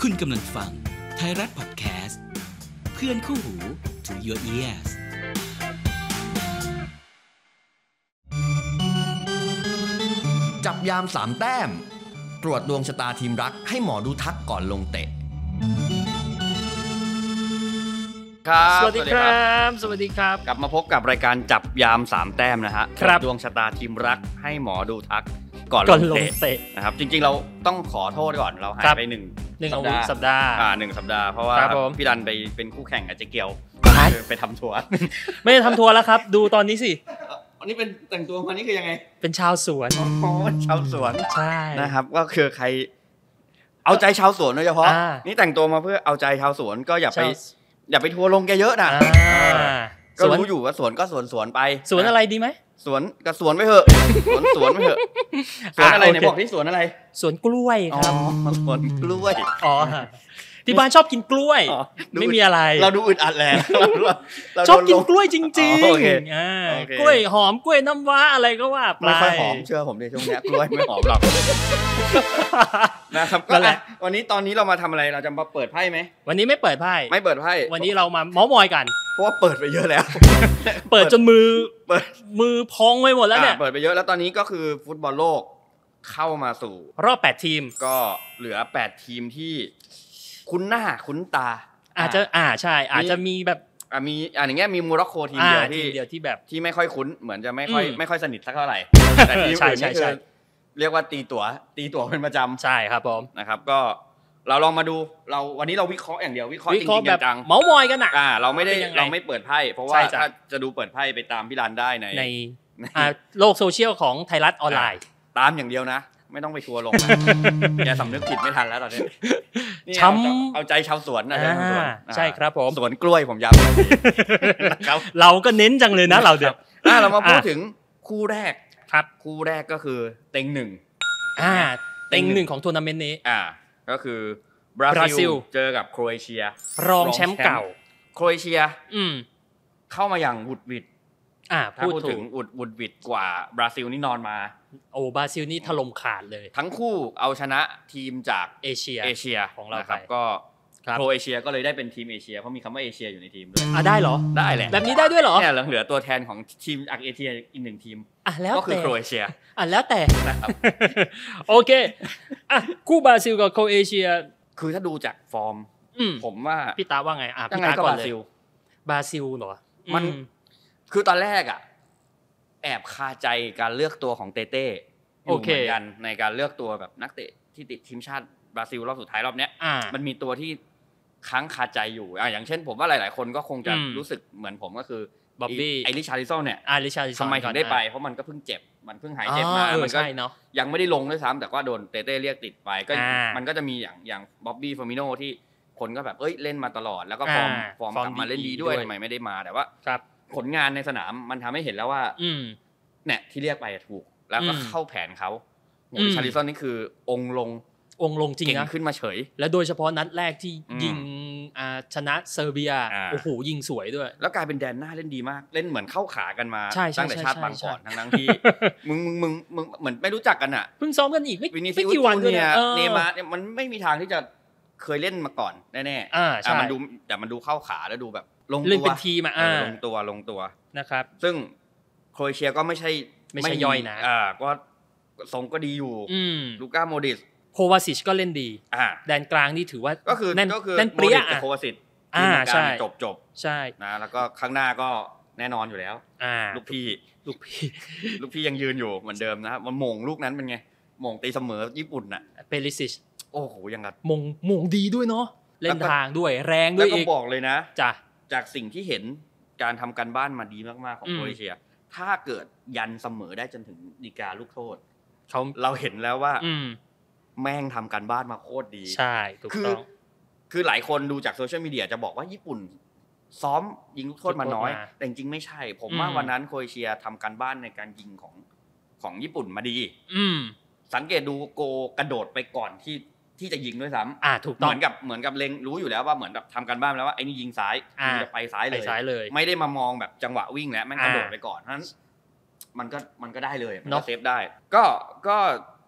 คุณกำลังฟังไทยรัฐพอดแคสต์ เพื่อนคู่หู to your ears จับยามสามแต้ม ตรวจดวงชะตาทีมรักให้หมอดูทักก่อนลงเตะ ครับ สวัสดีครับ สวัสดีครับ กลับมาพบกับรายการจับยามสามแต้มนะฮะ ครับ ดวงชะตาทีมรักให้หมอดูทักก่อน ก่อนลง ลง เตะ เตะนะครับ จริงๆเราต้องขอโทษก่อนเราหาย ครับ ไปหนึ่ง หนึ่งอาวุธสัปดาห์ อ่าหนึ่งสัปดาห์เพราะว่า ครับผม พี่ดันไปเป็นคู่แข่งกับเจเกียวไปทำทัวร์ ไม่ได้ทำทัวร์แล้วครับ ดูตอนนี้สิ อันนี้เป็นแต่งตัวคนนี้คือยังไง เป็นชาวสวน อ๋อชาวสวน ใช่ นะครับ ก็คือใคร เอาใจชาวสวนโดยเฉพาะ อ่านี่ นี่แต่งตัวมาเพื่อเอาใจชาวสวนก็อย่าไป ชาว อย่าไปทัวร์ลงแกเยอะนะ อ่า ก็ สวน รู้อยู่ว่าสวนก็สวนสวนๆไป สวนอะไรดีไหม สวนกับสวนไปเถอะ สวนสวนไปเถ อะสวนอะไร อ่ะ เนี่ย โอเค บอกที่สวนอะไร สวนกล้วย อ๋อ ครับ สวนกล้วย อ๋อฮะที่บ้านชอบกินกล้วย อ๋อดู ไม่มีอะไร เราดูอึดอัดแล้ว เราดูเรา ชอบกิน โดลง กล้วยจริง อ๋อโอเค ๆอ่า โอเค กล้วยหอมกล้วยน้ำว้าอะไรก็ว่าไป ไม่ค่อยหอมเชื่อผมดิช่วงเนี้ยกล้วยไม่หอมหร อกนะครับ นั่ ก็ นแหละ อ่ะวันนี้ตอนนี้เรามาทำอะไรเราจะมาเปิดไพ่ไหม วันนี้ไม่เปิดไพ่ ไม่เปิดไพ่ วันนี้เรามาเมอมอยกัน เพราะว่าเปิดไปเยอะแล้ว เปิดจนมือ เปิด มือพองไปหมดแล้วเนี่ย อ่ะเปิดไปเยอะแล้วตอนนี้ก็คือฟุตบอลโลกเข้ามาสู่ รอบ 8 ทีม ก็เหลือแปดทีมที่ คุ้นหน้าคุ้นตา อาจจะ อ่า ใช่ อาจจะมีแบบ อ่ะมีอ่ะอย่างเงี้ยมีโมูร็อกโกทีม อ่า เดียว ที ที่ มเดียวที่แบบ ที่ไม่ค่อยคุ้นเหมือนจะไม่ค่อย อืม ไม่ค่อยสนิทสัก เท่าไหร่ แต่ทีม ใช่ อื่น ใช่ นี่ ใช่ คือเรียกว่าตีตัวตีตัวเป็นประจ ใช่ครับผม ำนะครับ ก็เราลองมาดูเราวันนี้เราวิเคราะห์อย่างเดียววิเคราะห์ วิ จริ เคราะห์ ง แบ ๆ บ จัง เมาส์มอยกันอ่ะ ๆอ่า เราไม่ได้ เป็นยังไง เราไม่เปิดไพ่เพราะว่า ใช่จ้ะ ถ้าจะดูเปิดไพ่ไปตามพี่รันได้ใน ใน ใน อ่าโลกโซเชียลของไทยรัฐออนไลน์ ตามอย่างเดียวนะ ไม่ต้องไปทัวร์ลง นะแกสำนึกผิดไม่ทันแล้วตอนนี้นี่ ช้ำ เอาใจชาวสวนนะชาวสวน อ่า อ่า ใช่ครับผม สวนกล้วยผมย้ำ นะครับ เราก็เน้นจังเลยนะเราเดี๋ยว อ่ะเรามาพูด อ่ะ ถึงคู่แรก ครับ คู่แรกก็คือเต็งหนึ่ง อ่า เต็ เต็ ง ง ห ห นึ่ นึ่ ง งของทัวร์นาเมนต์นี้ อ่าก็คือบรา บราซิ ซิล ล เจอกับโครเอเชีย รอง รอง แชมป์ แชมป์ เก่า โครเอเชีย อืม เข้ามาอย่างหวุดหวิด อ่า ถ้า พูด พูด ถู ถึ ก งหวุดหวุดหวิดกว่าบราซิลนี่นอนมา โอบราซิลนี่ถล่มขาดเลย ทั้งคู่เอาชนะทีมจาก เอเชีย เอเชีย ของเรา นะครั ไป ก็ ครับ โครเอเชียก็เลยได้เป็นทีมเอเชียเพราะมีคำว่าเอเชียอยู่ในทีมด้วย อ่ะได้เหรอ ได้แหละ แบบนี้ได้ด้วยเหรอ เนี่ยเหลือตัวแทนของทีมจากเอเชียอีกหนึ่งทีม อ่ะแล้ว ก็คือ แต่ โครเอเชีย อ่ะแล้วแต่ นะครับ โอเคอ่ะคู่บราซิลกับโครเอเชีย คือถ้าดูจากฟอร์ม อืม ผมว่า พี่ตาว่าไงอ่ะ ยัง พี่ ไง ตา ก็ ก่ บ อน รา เลย ซิล บราซิลเหรอ มัน อื คือตอนแรกอ่ะ แอบคาใจการเลือกตัวของเตเต้อยู่ โอเค เหมือนกันในการเลือกตัวแบบนักเตะที่ติดทีมชาติบราซิลรอบสุดท้ายรอบเนี้ย อ่า มันมีตัวที่ค้างคาใจอยู่อ่ะอย่างเช่น ผมว่าหลาย ๆ คนก็คงจะ อืม รู้สึกเหมือนผมก็คือ บ๊อบบี้ ไอริชาริซอนเนี่ย อาริชาร์ลิ ทำไม ก่ ถึ อน งได้ อ่ะ ไป เพราะมันก็เพิ่งเจ็บ มันเพิ่งหายเจ็บมา อ๋อออ มันก็ ใช่เนาะ ยังไม่ได้ลงด้วยซ้ำแต่ว่าโดนเตเต้เรียกติดไปก็ อ่ามั มันก็จะมีอย่างอย่างบ๊อบบี้ฟอร์มิโนที่คนก็แบบเอ้ยเล่นมาตลอด แล้วก็ฟอร์ม อ่า ฟอร์ม ฟอร์ ก ม ลับมาเล่น ดี ดีด้วย ด้วย ทำไมไม่ได้มาแต่ว่า ครับ ผลงานในสนามมันทำให้เห็นแล้วว่า อืม เนี่ยที่เรียกไปถูก แล้วก็ อืม เข้าแผนเขาโอ้ อื ย ม ชาลิซอนนี่คือองค์ลง องค์ลงจริง เก่ง นะ ขึ้นมาเฉย แล้วโดยเฉพาะนัดแรกที่ อืม ยิงอ่าชนะเซอร์เบีย อ่า โอ้โห ยิงสวยด้วย แล้วกลายเป็นแดนหน้าเล่นดีมาก เล่นเหมือนเข้าขากันมา ใช่ใช่ ตั้งแต่ชาติ ใช่ บางก่อน ใช่ ทั้งทั้งๆที่ มึงมึงมึงมึงเหมือนไม่รู้จักกันอ่ะ เพิ่งซ้อมกันอีกไม่ วินิซิ ไม่ อุส กี่วันด้วย เนี่ นะ ย ออ เนย์มาร์เนี่ยมันไม่มีทางที่จะเคยเล่นมาก่อนแน่ๆ อ่าใช่ ะมันดูแต่มันดูเข้าขาแล้วดูแบบลง เล่น ตัว เป็นทีมอ่ะ เอ อ่า อลงตัวลงตัว นะครับ ซึ่งโครเอเชียก็ไม่ใช่ ไม่ใช่ย่อยนะ อ่าก็ทรงก็ดีอยู่ อืม ลูก้าโมดิส โควาซิชก็เล่นดี อ่า แดนกลางนี่ถือว่า ก็คือ แน่น ก็คือ แน่นเปรี้ย โมดิสกับ อ่ะ โควาสิต อ่าใช่ จบจบ ใช่ ๆนะแล้วก็ข้างหน้าก็แน่นอนอยู่แล้ว อ่า ลูกพี่ ลูกพี่ ลูกพี่ยังยืนอยู่เหมือนเดิมนะครับมันโมงลูกนั้นเป็นไงโมงตีเสมอญี่ปุ่นน่ะ เปริซิช โอ้โหยังกับ มงมงดีด้วยเนาะเล่ แล้ว น ก็ ทางด้วยแรงด้ แล้ว วย ก็ อีก บอกเลยนะ จ้ะ จากสิ่งที่เห็นการทำการบ้านมาดีมากๆของ อืม โครเอเชีย ถ้าเกิดยันเสมอได้จนถึงดีกาลูกโทษ เขา เราเห็นแล้วว่า อืม แม่งทำการบ้านมาโคตรดี ใช่ถูก คือ ต้อง คือหลายคนดูจากโซเชียลมีเดียจะบอกว่าญี่ปุ่น ซ้อมยิงลูกโทษมาน้อย ลูกโทษมา แต่จริงๆไม่ใช่ ผม อืม ว่าวันนั้นโครเอเชียทำการบ้านในการยิงของของญี่ปุ่นมาดี อืม สังเกตดูโกกระโดดไปก่อนที่ที่จะยิงด้วยซ้ำ อ่าถูกต้ เห อง มือนกับเหมือนกับเลงรู้อยู่แล้วว่าเหมือนแบบทำการบ้านแล้วว่าไอ้นี่ยิงซ้าย อ่ามึ งจะไปซ้ายเล ไป ย ซ้ายเลย ไม่ได้มามองแบบจังหวะวิ่งแล้วแม่งกระโดด อ่า ไปก่อนเพราะฉะนั้นมันก็มันก็ได้เลยมัน เน ก็ อะ เซฟได้ ก็ก็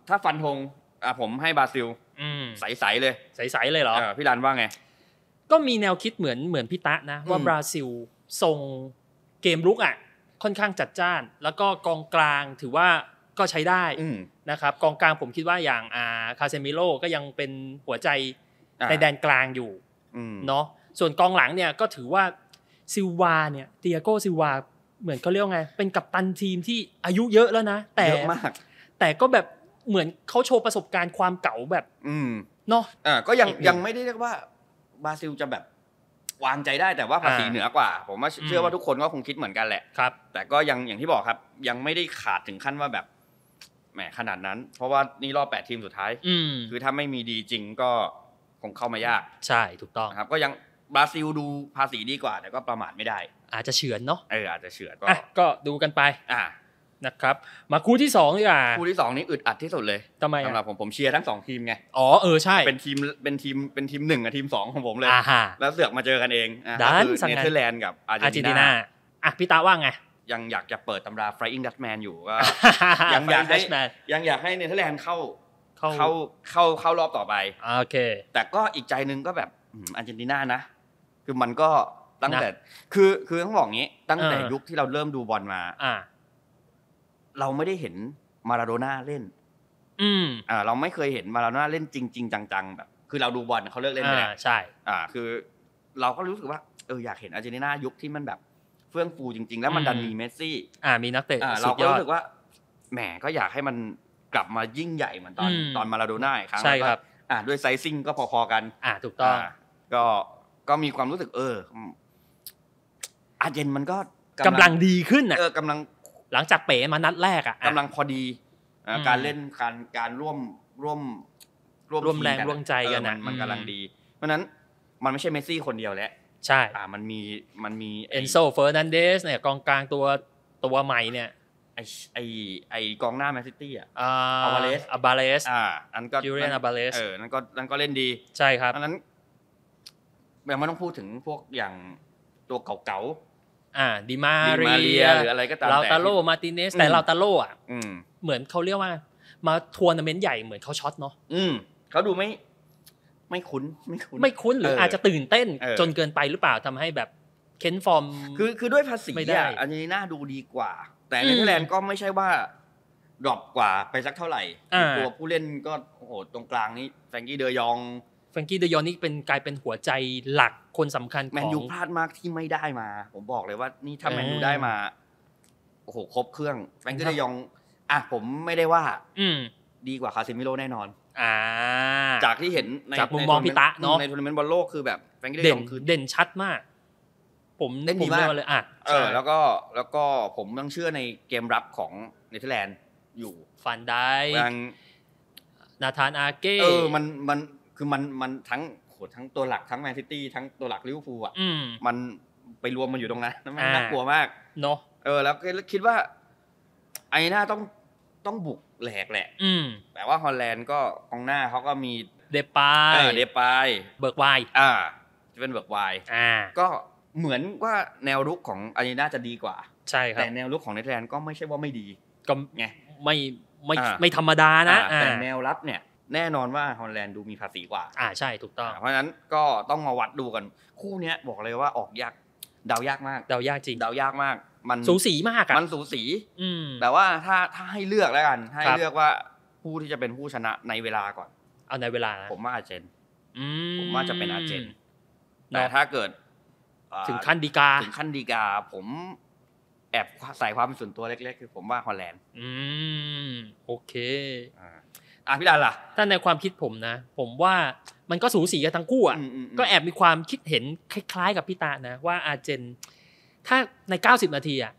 ถ้าฟันธง อ่ะผมให้บราซิล อืม ใสๆเลย ใสๆเลยเหรอ เออพี่รันว่าไง ก็มีแนวคิดเหมือนเหมือนพี่ตะนะ ว่า อืม บราซิลทรงเกมลุกอ่ะ ค่อนข้างจัดจ้าน แล้วก็กองกลางถือว่าก็ใช้ได้ อืม นะครับ กองกลางผมคิดว่าอย่างอาคาเซมิโลก็ยังเป็นหัวใจ อ่ะ ในแดนกลางอยู่ อืม เนาะส่วนกองหลังเนี่ยก็ถือว่าซิลวาเนี่ยเตียโกซิลวาเหมือนเขาเรียกว่าไง เป็นกัปตันทีมที่อายุเยอะแล้วนะ แต่ เยอะมาก แต่ก็แบบเหมือนเขาโชว์ประสบการณ์ความเก่าแบบ อืม เนาะ อ่าก็ยัง อีกหนึ่ง ยังไม่ได้เรียกว่าบราซิลจะแบบวางใจได้แต่ว่าภาษี อ่า เหนือกว่า ผมว่า อืม เชื่อว่าทุกคนก็คงคิดเหมือนกันแหละ ครับ แต่ก็ยังอย่างที่บอกครับ ยังไม่ได้ขาดถึงขั้นว่าแบบแหมขนาดนั้น เพราะว่านี่รอบ 8 ทีมสุดท้าย อืม คือถ้าไม่มีดีจริงก็คงเข้ามายาก ใช่ถูกต้อง นะครับ ก็ยังบราซิลดูภาษีดีกว่า แต่ก็ประมาทไม่ได้ อาจจะเฉือนเนาะ เอออาจจะเฉือดก็ อ่ะก็ดูกันไป อ่า นะครับ มาคู่ที่สองดีกว่า คู่ที่สองนี่อึดอัดที่สุดเลย ทำไม สำหรับ อ่ะ ผมผมเชียร์ทั้งสองทีมไง อ๋อเออใช่ เป็นทีมเป็นทีมเป็นทีมหนึ่งกับทีมสองของผมเลย อ่าฮะ แล้วเสือกมาเจอกันเองอ่ะ ดัน ก็คือ สังหาร เนเธอร์แลนด์กับอา อา ร์ ร์ เจ เจน น ติ ติ นา นา อ่ะพี่ตาว่าไง ยังอยากจะเปิดตำราไฟอิงดัตแมนอยู่ก็ ยั ยัง อยากให้ ยังอยากให้เนเธอร์แลนด์เข้า เข้า เข้าเข้าเข้ารอบต่อไป อ่าโอเค แต่ก็อีกใจหนึงก็แบบอืมอาร์เจนตินานะ คือมันก็ตั้ง นะ แต่คือคือต้องบอกงี้ตั้งแต่ เออ ยุคที่เราเริ่มดูบอลมา อ่า เราไม่ได้เห็นมาราโดน่าเล่น อืม อ่าเราไม่เคยเห็นมาราโดน่าเล่นจริง ๆ จังๆแบบคือเราดูบอลเขาเลิกเล่นไป อ่า แล้ว ใช่ อ่าคือเราก็รู้สึกว่าเอออยากเห็นอาร์เจนตินายุคที่มันแบบเฟื่องฟูจริง ๆ แล้วมันดันมีเมสซี่ อ่ามีนักเตะ อ่า สุ เรา ด ก็ ยอด รู้สึกว่าแหมก็อยากให้มันกลับมายิ่งใหญ่เหมือนตอน อืม ตอนมาราโดน่าอีกครั้ง ใช่ แล้วก็ ครับ อ่าด้วยไซซิ่งก็พอๆกัน อ่าถูกต้อง าก็ก็มีความรู้สึกเอออืมอาร์เจนมันก็ กำลังดีขึ้นอ่ะ เออกำลัง หลังจากเป๋มานัดแรกอ่ะ กำลังพอดีอ่า อืม การเล่นการการร่วมร่วม ร่วมแรง ทีกัอะ ร่วมใจกัน เออมั อะ มันกำลัง อืม ดี เพราะฉะนั้นมันไม่ใช่เมสซี่คนเดียวแล้ว ใช่ อ่ามันมีมันมีไ เอนโซเฟอร์นันเดสเนี่ยกองกลางตัวตัวใหม่เนี่ย ไอไอไอกองหน้าแมนซิตี้อ่ะ อ่า อัลวาเรส อัลบาเรส อ่าอันก็ ยูเรียนอัลบาเรส เออนั่นก็นั่นก็เล่นดี ใช่ครับ อันนั้นยังไม่ต้องพูดถึงพวกอย่างตัวเก่า อ่าดิมา ๆดิมาเรียหรืออะไรก็ตาม ลาว แต่ ตาโลมาติเนสแต่ อืม ลาวตาโลอ่ะ อืม เหมือนเขาเรียกว่ามาทัวร์นาเมนต์ใหญ่เหมือนเขาช็อตเนาะ อืมเขาดูไม่ ไม่คุ้นไม่คุ้น ไม่คุ้นหรือ เออ อาจจะตื่นเต้น เออ จนเกินไปหรือเปล่าทำให้แบบเค้นฟอร์ม คือคือด้วยภาษี ไม่ได้ อ่ะอันนี้น่าดูดีกว่า แต่ อืม เนเธอร์แลนด์ก็ไม่ใช่ว่าดรอปกว่าไปสักเท่าไหร่ อ่า ตัวผู้เล่นก็โอ้โหตรงกลางนี่แฟรงกี้เดยอง แฟรงกี้เดยอนนี่เป็นกลายเป็นหัวใจหลักคนสำคัญ แม ข น อง ยูพลาดมากที่ไม่ได้มา ผมบอกเลยว่านี่ถ้า เออ แมนยูได้มา โอ้โห ครบเครื่องแฟรง ครั กี้ บ เดยอง อ่ะผมไม่ได้ว่า อืม ดีกว่าคาซิมิโร่แน่นอน อ่า จากที่เห็นใน จากมุม ใน มอง ทัวร์ พี่ตะเนอะ ในทัวร์นาเมนต์บอลโลกคือแบบแฟรงกี้เด เด่ ย น องคือ เด่นชัดมาก ผม เล่น ผ ดี ม มาก เรียกว่าเลยอ่ะ เออ แล้วก็แล้วก็ผมยังเชื่อในเกมรับของเนเธอร์แลนด์อยู่ ฟันได้ ยัง นาธานอาเก้ เออมันมันคือมันมันทั้งโหทั้งตัวหลักทั้งแมนซิตี้ทั้งตัวหลักลิเวอร์พูลอ่ะ อืม มันไปรวมมันอยู่ตรงนั้น แล้วมัน อ่า น่ากลัวมาก เนาะ เออแล้วก็คิดว่าไอ้หน้าต้องต้องบุกแหลกแหละ อืม แต่ว่าฮอลแลนด์ก็กองหน้าเขาก็มี เดปา เอย อเดปาย เบิร์กไวน์ อ่าจะเป็นเบิร์กไวน์ อ่า ก็เหมือนว่าแนวรุกของอารีนาจะดีกว่า ใช่ครับ แต่แนวรุกของเนเธอร์แลนด์ก็ไม่ใช่ว่าไม่ดี ก็ ไง ไม่ไม่ อ่า ไม่ธรรมดานะ อ่า อ่า แต่แนวรับเนี่ย แน่นอนว่าฮอลแลนด์ดูมีภาษีกว่า อ่าใช่ถูกต้อง เพราะฉะนั้นก็ต้องมาวัดดูกัน คู่เนี้ยบอกเลยว่าออกยากเดายากมาก เดายากจริง เดายากมาก มัน สูสีมากอะ มันสูสี อืม แต่ว่าถ้าถ้าให้เลือกแล้วกันให้ ครับ เลือกว่าผู้ที่จะเป็นผู้ชนะในเวลาก่อน เอาในเวลานะ ผมว่าอาร์เจน อื ผมว่าจะเป็นอาร์เจน แต่ เนาะ ถ้าเกิดเอ่อ ถึงขั้นดีกา ถึงขั้นดีกา ผมแอบใส่ความเป็นส่วนตัวเล็กๆ คือผมว่าฮอลแลนด์ อืมโอเค อ่าอ่ะพี่ดันล่ะ ถ้าในความคิดผมนะ ผมว่ามันก็สูสีกันทั้งคู่อ่ะ มมม ก็แอบมีความคิดเห็นคล้ายๆ กับพี่ตานะ ว่าอาร์เจน ถ้าใน 90 นาทีอ่ะ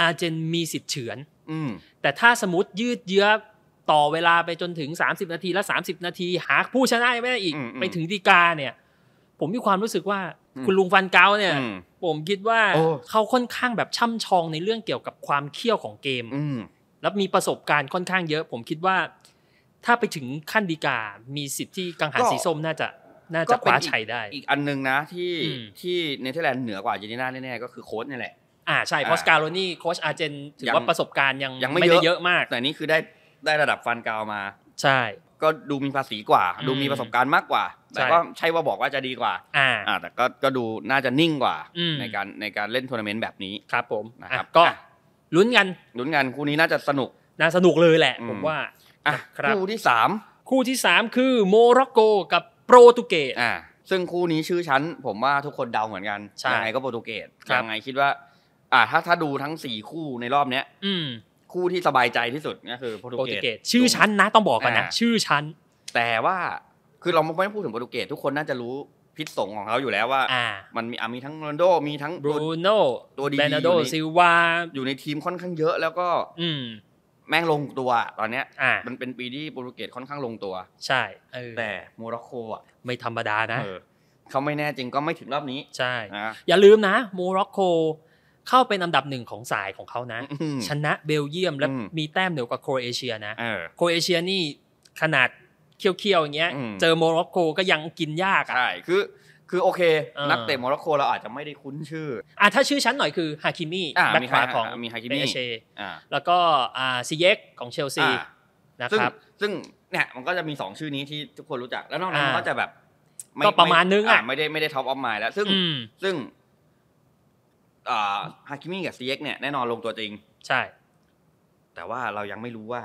อาร์เจนมีสิทธิ์เฉือน อืม แต่ถ้าสมมติยืดเยื้อต่อเวลาไปจนถึง 30 นาทีและ 30 นาที หาผู้ชนะยังไม่ได้อีก ไปถึงดีกาเนี่ย ผมมีความรู้สึกว่าคุณลุงฟันเก้าเนี่ย อืม ผมคิดว่า โอ้ เขาค่อนข้างแบบช่ำชองในเรื่องเกี่ยวกับความเขี้ยวของเกม อืม แล้วมีประสบการณ์ค่อนข้างเยอะ ผมคิดว่า ถ้าไปถึงขั้นดีกา มีสิทธิ์ที่กังหัน ก็ สีส้มน่าจะน่า ก็ จะค เป็น ว้า อีก ชัยได้ อีกอันหนึงนะที่ อืม ที่เนเธอร์แลนด์เหนือกว่าอาร์เจนติน่าแน่ๆก็คือโค้ชเนี่ยแหละ อ่าใช่ อ่า เพราะสการโลนี่โค้ชอาร์เจนถือ ยัง ว่าประสบการณ์ยัง ยังไม่ ไม่เยได้อะ เยอะมาก แต่นี่คือได้ได้ระดับฟันกราวมา ใช่ ก็ดูมีภาษีกว่า อืม ดูมีประสบการณ์มากกว่า แต่ ใช่ ก็ใช่ว่าบอกว่าจะดีกว่า อ่า อ่าแต่ก็ก็ดูน่าจะนิ่งกว่า อืม ในการในการเล่นทัวร์นาเมนต์แบบนี้ ครับผม นะ อ่ะ ครับ ก็ อ่ะ ลุ้นกัน ลุ้นงานคู่นี้น่าจะสนุก นะสนุกเลยแหละ อืม ผมว่า อ่ะ ครับ คู่ที่สาม คู่ที่ 3 คือโมร็อกโกกับโปรตุเกส อ่าซึ่งคู่นี้ชื่อชั้น ผมว่าทุกคนเดาเหมือนกัน ใช่ ยังไงก็โปรตุเกส ครับ ยังไงคิดว่า อ่าถ้าถ้าดูทั้งสี่คู่ในรอบเนี้ย อืม คู่ที่สบายใจที่สุดก็คือโปร โปร ตุ ตุ เก เก ส สชื่อชั้นนะต้องบอกก่อนนะ อ่า ชื่อชั้น แต่ว่าคือเราไม่ต้องพูดถึงโปรตุเกสทุกคนน่าจะรู้พิษสงของเขาอยู่แล้วว่า อ่า มันมีอ่ะมีทั้งโรนัลโดมีทั้ง บรูโน ตัวดี เบนาโด อยู่ใน ซิลวา อยู่ในทีมค่อนข้างเยอะ แล้วก็ อืม แม่งลงตัวตอนเนี้ย อ่า มันเป็นปีที่โปรตุเกสค่อนข้างลงตัว ใช่เออ แต่โมร็อกโกอ่ะ ไม่ธรรมดานะ เออเขาไม่แน่จริงก็ไม่ถึงรอบนี้ ใช่ นะ อย่าลืมนะโมร็อกโกเข้าเป็นอันดับหนึ่งของสายของเขานะ อืม ชนะเบลเยียมและ อืม มีแต้มเหนือกว่าโครเอเชียนะ เออ โครเอเชียนี่ขนาดเคี้ยวๆอย่างเงี้ย อืม เจอโมร็อกโกก็ยังกินยากอ่ะ ใช่ คือ คือโอเค เออ นักเตะโมร็อกโกเราอาจจะไม่ได้คุ้นชื่อ อ่ะถ้าชื่อชั้นหน่อยคือฮาคิมี่ อ่ะ แบ็ค มี ขวา ฮะ ของ มีฮาคิมิ เปเช อ่า แล้วก็อ่าซีเยกของเชลซี อ่า นะ ซึ่ง ครับ ซึ่ง เนี่ย มันก็จะมีสองชื่อนี้ที่ทุกคนรู้จัก แล้วนอกนั้น อ่า มันก็จะแบบไ ก็ประมาณนึงอะ าไม่ได้ ไม่ได้ท็อปออฟไมล์แล้ว ซึ่ง อืม ซึ่งอ่าฮาคิมิกับซีเอ็กเนี่ย แน่นอนลงตัวจริง ใช่ แต่ว่าเรายังไม่รู้ว่า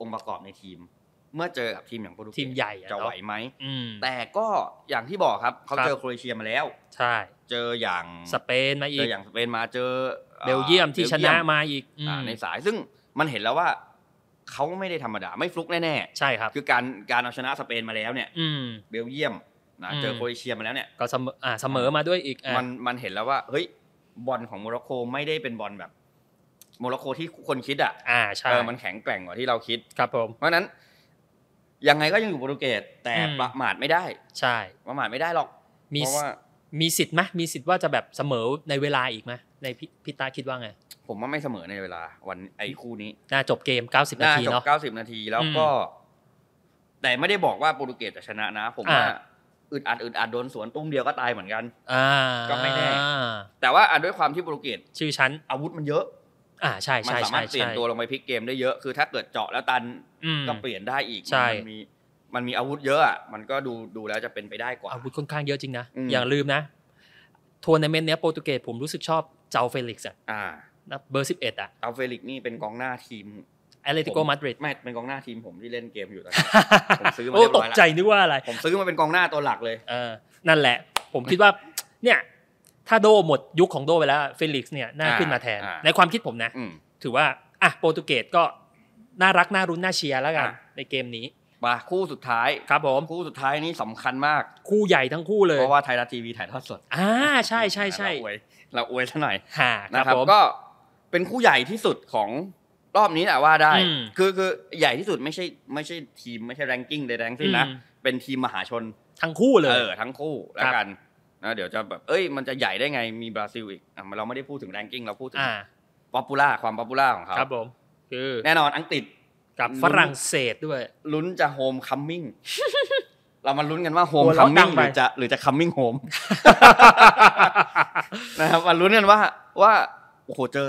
องค์ประกอบในทีม เมื่อเจอกับทีมอย่างโปรตุเก ทีม ส ใหญ่อะ จะไหว เนาะ ไหม อืม แต่ก็อย่างที่บอกครับ เขา ครับ เจอโครเอเชียมาแล้ว ใช่ เจออย่าง สเปนมาอี เจ ก ออย่างสเปนมาเจออ่า เบลเยียมที่เบชลเยี นะ ยม มาอีกอืม อ่าในสายซึ่งมันเห็นแล้วว่า เขาไม่ได้ธรรมดา ไม่ฟลุกแน่ ใช่ครับ ๆ คือการการเอาชนะสเปนมาแล้วเนี่ย อืม เบลเยียมนะ อืม เจอโครเอเชียมาแล้วเนี่ย ก็เสมออ่าเสมอมาด้วยอีกอ่ะ มันมันเห็นแล้วว่า เฮ้ยบอลของโมร็อกโกไม่ได้เป็นบอลแบบโมร็อกโกที่คนคิดอ่ะ อ่าใช่ เออมันแข็งแกร่งกว่าที่เราคิด ครับผม เพราะฉะนั้น ยังไงก็ยังอยู่โปรตุเกสแต่ อืม ประมาทไม่ได้ ใช่ ประมาทไม่ได้หรอก มี เพราะว่า มีสิทธิ์ไหมมีสิทธิ์ว่าจะแบบเสมอในเวลาอีกไหมในพิพิตาคิดว่าไง ผมว่าไม่เสมอในเวลา วันไอ้คู่นี้ น่าจบเกม 90 นา น่า ที จบ เนาะ เก้าสิบนาทีแล้วก็ แต่ไม่ได้บอกว่าโปรตุเกสจะชนะนะ ผมว่า อ่า อึดอัดอึดอัดโดนสวนตุ้มเดียวก็ตายเหมือนกัน อ่า ก็ไม่แน่ แต่ว่าอ่ะด้วยความที่โปรตุเกส ชื่อชั้น อาวุธมันเยอะ อ่าใช่ มั ใช่ สามาร ใช่ ถเปลี่ย ใช่ นตัวลงไปพลิกเกมได้เยอะ คือถ้าเกิดเจาะแล้วตัน อืม ก็เปลี่ยนได้อีก ใช่ มันมีมันมีอาวุธเยอะอ่ะมันก็ดูดูแล้วจะเป็นไปได้กว่า อาวุธค่อนข้างเยอะจริงนะ อืม อย่าลืมนะทัวร์นาเมนต์เนี้ยโปรตุเกสผมรู้สึกชอบเจ้าเฟลิกซ์อะ อ่า นะเบอร์ 11 อ่ะ เอาเฟลิกนี่เป็นกองหน้าทีม แอตเลติโกมาดริด ไม่เป็นกองหน้าทีมผมที่เล่นเกมอยู่ตอนนี้ ผมซื้อมา โอ้ เรียบ ต ร้อก ย ใจ แล้ว นึกว่าอะไร ผมซื้อมาเป็นกองหน้าตัวหลักเลย เออนั่นแหละ ผมคิดว่า เนี่ย ถ้าโดหมดยุคของโดไปแล้วเฟลิกซ์เนี่ยน่า อ่า ขึ้นมาแทน อ่า ในความคิดผมนะ อืม ถือว่าอ่ะโปรตุเกสก็น่ารักน่ารุ้นน่าเชียร์แล้วกัน อ่ะ ในเกมนี้ มาคู่สุดท้าย ครับผม คู่สุดท้ายนี่สำคัญมาก คู่ใหญ่ทั้งคู่เลย เพราะว่าไทยรัฐทีวีถ่ายทอดสด อ่าใช่ใช่ใช่ เราอวยเราอวยซะหน่อย ฮ่าค นะ รับ ครับ ผม ก็เป็นคู่ใหญ่ที่สุดของรอบนี้แหละว่าได้ อืม คือคือใหญ่ที่สุดไม่ใช่ไม่ใช่ทีมไม่ใช่แรงกิ้งใดแรงสิ้นนะ อืม เป็นทีมมหาชน ทั้งคู่เล เอย อทั้งคู่แล้วกันนะเดี๋ยวจะแบบเอ้ยมันจะใหญ่ได้ไงมีบราซิลอีกอ่ะเราไม่ได้พูดถึงแรงกิ้งเราพูดถึง อ่า ป๊อปปูล่าความป๊อปปูล่าของเขา ครับผม คือ แน่นอนอังกฤษ กับ ลุ้น ฝรั่งเศสด้วย ลุ้นจะโฮมคัม มิ่ง เรามาลุ้นกันว่าโฮม หัคัวเราะ ม ดั มิ่ง ง ห ไป รือจะหรือจะคัมมิ่งโฮม นะครับมาลุ้นกันว่าว่าโอ้โหเจอ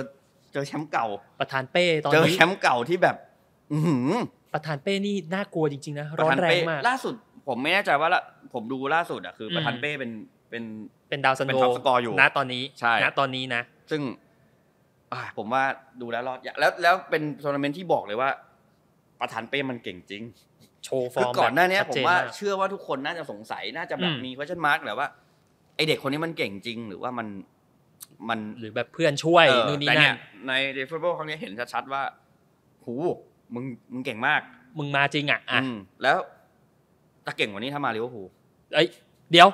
เจอแชมป์เก่า ประธานเป้ตอน เจอ นี้ แชมป์เก่าที่แบบ อือหือ ประธานเป้นี่น่ากลัวจริงๆนะ ป ร้ ระ อน ธาน แร เป้ งมาก ล่าสุด ผมไม่แน่ใจว่าละผมดูล่าสุดอ่ะคืออ ม ประธานเป้เป็นเป็น เป็นดาวซัน เป็ โด น top scorer อยู่ นะตอนนี้ ใช่ นะตอนนี้นะ ซึ่งอ่าผมว่าดูแล้วรอดยากแล้วแล้วเป็นทัวร์นาเมนต์ที่บอกเลยว่า ประธานเป้มันเก่งจริง โชว์ฟอ คือ ร์ม ก่อนหน้าเนี้ย ชัด ผมว่าเจาก เชื่อว่าทุกคนน่าจะสงสัยน่าจะแบ อื บ ม มี question mark แหละว่าไอเด็กคนนี้มันเก่งจริง หรือว่ามันมัน หรือแบบเพื่อนช่วย เออ นู่นนี่ แต่ นั่ เนี่ น ยในเดฟเฟอร์ครั้งนี้เห็นชัดๆว่าหูมึงมึงเก่งมาก มึงมาจริงอ่ะอ่ะ อืมแล้วจะเก่งกว่านี้ถ้ามาลิเวอร์พูล เอ้ยเดี๋ยว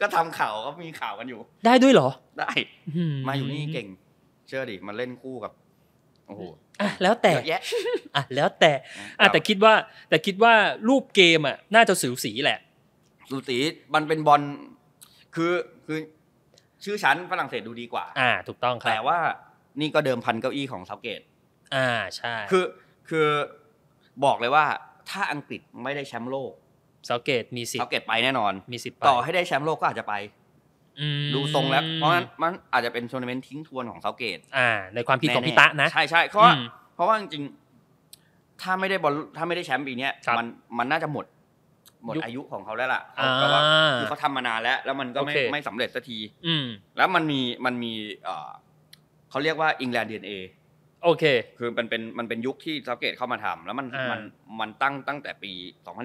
ก็ทำข่าวก็มีข่าวกันอยู่ ได้ด้วยเหรอ ได้ มาอยู่นี่เก่ง เชื่อดิ มันเล่นคู่กับ โอ้โห อ่ะแล้วแต่ เยอะแยะ อ่ะแล้วแต่อ่ะแต่คิดว่าแต่คิดว่ารูปเกมอ่ะน่าจะสิวสีแหละ สูสีมันเป็นบอลคือคือชื่อชั้นฝรั่งเศสดูดีกว่า อ่า ถูกต้องครั แต่ บ ว่านี่ก็เดิมพันเก้าอี้ของเซาเกต อ่าใช่ คือคือบอกเลยว่าถ้าอังกฤษไม่ได้แชมป์โลก เซาเกตมีสิท เซา ธิ์ เกตไปแน่นอน มีสิทธิ์ไป ต่อให้ได้แชมป์โลกก็อาจจะไป อืม ดูทรงแล้ว เพราะฉะนั้นมันอาจจะเป็นทัวร์นาเมนต์ทิ้งทวนของเซาเกต อ่า ในความคิดของ แน่ๆ พี่ตะนะ ใช่ใช่เพราะว่า อืม เพราะว่าจริงๆ ถ้าไม่ได้บอลถ้าไม่ได้แชมป์ปีเนี้ย ครับ มันมันน่าจะหมด หมด ยุค อายุของเขาแล้วล่ะ อ่า เพราะว่าคือเขาทำมานานแล้ว แล้วมันก็ไม่ โอเค ไม่สำเร็จสักที อืม แล้วมันมีมันมีเอ่อเขาเรียกว่าอิงแลนด์ดีเอ็นเอ โอเค คือมันเป็นมันเป็นยุคที่เซาเกตเข้ามาทำแล้วมัน อ่ามั มันมันตั้งตั้งแต่ปี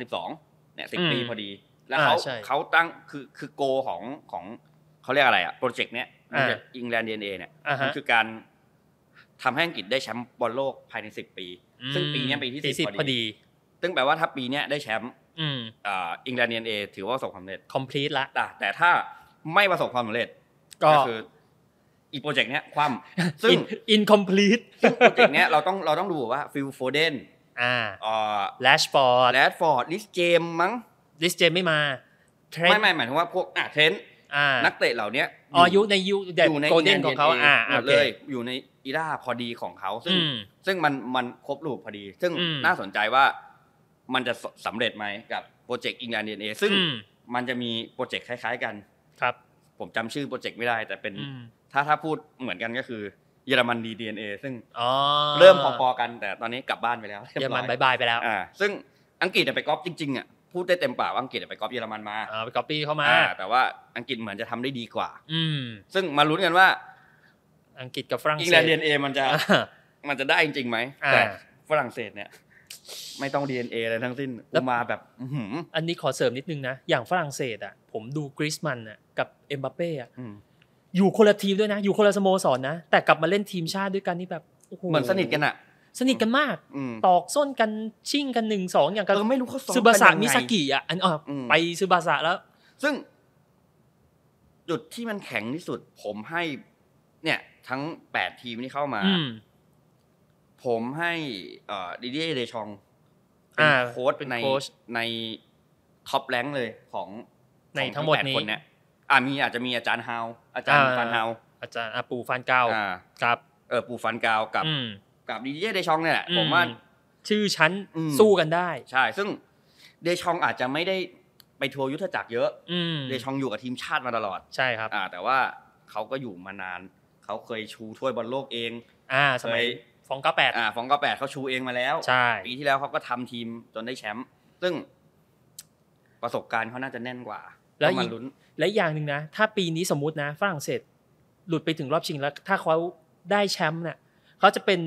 2012เนี่ยสิ อืม ปีพอดี แล้วเขา อ่าใช่ เขาตั้งคือคือโกของของเขาเรียกอะไรอะโปรเจกต์เนี้ย อ่า อิงแลนด์ดีเอ็นเอเนี่ย อ่าฮะ มันคือการทำให้อังกฤษได้แชมป์บอลโลกภายใน 10 ปี ซึ่งปีเนี้ยปีที่ ปี สิ สิ บบ พ พ อ อ ดี ดี ซึ่งแปลว่าถ้าปีเนี้ยได้แชมป์ อืม อ่าอิงแลนด์ดีเอ็นเอถือว่าประสบความสำเร็จ complete ละ แต่แต่ถ้าไม่ประสบความสำเร็จ ก็ ก็คืออีโปรเจกต์เนี้ยคว่ำ ซึ่ง In- incomplete ซึ่งโปรเจกต์เนี้ยเราต้องเราต้องดูว่าฟิลโฟเดน อ่า อ่อ Rashford แรดฟอร์ดลิสเจมมั้ง This James ไม่มา Trent ไม่ไม่หมายถึงว่าพวกอ่ะเทรนต์ อ่า นักเตะเหล่าเนี้ย อ๋ออายุในยุค อยู่ใน โกลเด้น Indian ของเขา DNA อ่า หม โอ ด เค เลยอยู่ในอีด้าพอดีของเขา ซึ่ง อืม ซึ่งมันมันครบรูปพอดี ซึ่ง อืม น่าสนใจว่ามันจะสำเร็จไหมกับโปรเจกต์อิงแลนด์เอซึ่ง อืม มันจะมีโปรเจกต์คล้ายๆกัน ครับ ผมจำชื่อโปรเจกต์ไม่ได้ แต่เป็น อืม ถ้าถ้าพูดเหมือนกันก็คือเยอรมันดีดีเอซึ่ง อ๋อ เริ่มพอๆกันแต่ตอนนี้กลับบ้านไปแล้ว เยอรมัน รี บายบายไปแล้ว อ่าซึ่งอังกฤษเนี่ยไปก๊อปจริงๆอ่ะพูดได้เต็มปากว่าอังกฤษเนี่ยไปก๊อปเยอรมันมา อ่าไป copy เข้ามา อ่าแต่ว่าอังกฤษเหมือนจะทำได้ดีกว่า อืม ซึ่งมาลุ้นกันว่า อังกฤษกับฝรั่ง อิง เศ แลน ส ด์ดีเอ็นเอมันจะ อ่า มันจะได้จริงๆไหม อ่า แต่ฝรั่งเศสเนี่ย ไม่ต้อง DNA อะไรทั้งสิ้น แล้ว มาแบบอื้อหือ อันนี้ขอเสริมนิดนึงนะ อย่างฝรั่งเศสอ่ะผมดูกริสมันอ่ะกับเอ็มบัปเป้อ่ะ อืม อยู่คนละทีมด้วยนะ อยู่คนละสโมสรนะ แต่กลับมาเล่นทีมชาติด้วยกันนี่แบบโโ เหมือนสนิทกันอ่ะ สนิทกันมาก อืม ตอกส้นกันชิ่งกันหนึ่งสองอย่างกับ เออไม่รู้เขาซ้อม ซึบาสะ กันยังไง มิซากิอ่ะอันอ่ะ อืม ไปซึบาสะแล้ว ซึ่ง จุดที่มันแข็งที่สุด ผมให้ เนี่ย ทั้งแปดทีมที่เข้ามา อืม ผมให้ดิเดียเดชองเป็ อ่าน โค้ด เป็น ใน โค้ช ในท็อปแรงเลยของ ใน ของ ทั้งหมด แป นี้ คนเนี่ยอ่ามีอาจจะมีอาจารย์ฮาวอาจารย์ อ่า ฟันฮาว อาจารย์อาปูฟานเกา อ่า ครับ เออปูฟันกาวกับ อืม กับดิเดียเดชองเนี่ยแหละ อืม ผมว่า ชื่อชั้น อืม สู้กันได้ ใช่ ซึ่งเดชองอาจจะไม่ได้ไปทัวร์ยุทธจักรเยอะ อืม เดชองอยู่กับทีมชาติมาตลอด ใช่ครับ อ่า แต่ว่าเขาก็อยู่มานาน เขาเคยชูถ้วยบอลโลกเอง อ่า สมัย เคย ฟองเก้าแปด อ่าฟองเก้าแปดเขาชูเองมาแล้ว ใช่ ปีที่แล้วเขาก็ทำทีมจนได้แชมป์ ซึ่งประสบการณ์เขาน่าจะแน่นกว่า แล้ว ต้อง อี มาก ลุ้น และอีกอย่างหนึ่งนะ ถ้าปีนี้สมมตินะ ฝรั่งเศสหลุดไปถึงรอบชิงแล้ว ถ้าเขาได้แชมป์เนี่ยเขาจะเป็น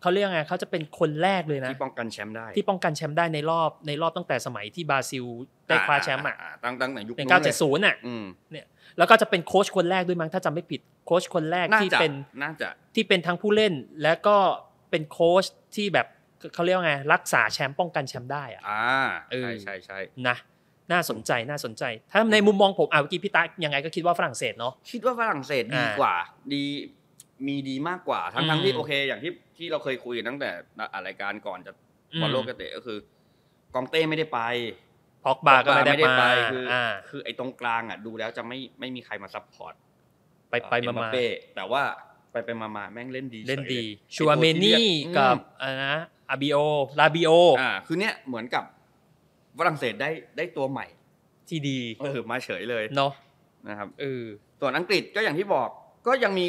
เขาเรียกไงเขาจะเป็นคนแรกเลยนะ ที่ป้องกันแชมป์ได้ ที่ป้องกันแชมป์ได้ในรอบในรอบตั้งแต่สมัยที่บราซิลได้คว้าแชมป์อ่ะ าตั้งตั้งแต่ยุค ใน นู้นลย 970น่ะ อืม แล้วก็จะเป็นโค้ชคนแรกด้วยมั้งถ้าจำไม่ผิดโค้ชคนแรก น่า ที่ จะ เป็น น่าจะ ที่เป็นทั้งผู้เล่น และก็เป็นโค้ชที่แบบเขาเรียกว่าไงรักษาแชมป์ป้องกันแชมป์ได้อะ อ่า เออ ใช่ใช่ใช่ นะ น่าสนใจน่าสนใจ ถ้าในมุมมองผมอ่ะเมื่อกี้พี่ตายังไงก็คิดว่าฝรั่งเศสเนาะ คิดว่าฝรั่งเศสดี อ่าก ว่า ดีมีดีมากกว่า ทั้งทั้ง อืม ที่โอเค อย่างที่ที่เราเคยคุยกันตั้งแต่อ่ะรายการก่อนจะบอลโลกกระเตะก็คือ กองเต้ไม่ได้ไป พอกบาก็ไม่ได้ ป มา คืออ อ่า คือไอ้ตรงกลางอ่ะดูแล้วจะไม่ไม่มีใครมาซัพพอร์ต ไปไป เอ็ มามา เป้แต่ว่าไปไปมามาแม่งเล่นดี เล่น ฉยย ดี ไอ้ ชัวเม ตัว นี่ ที่เรีย กับ อ อ่านะอาบิโอลาบิโอื มอ่าคือเนี้ยเหมือนกับฝรั่งเศสได้ได้ตัวใหม่ ที่ดี เออมาเฉยเลย เนาะ นะครับ เออ ส่วนอังกฤษก็อย่างที่บอกก็ยังมี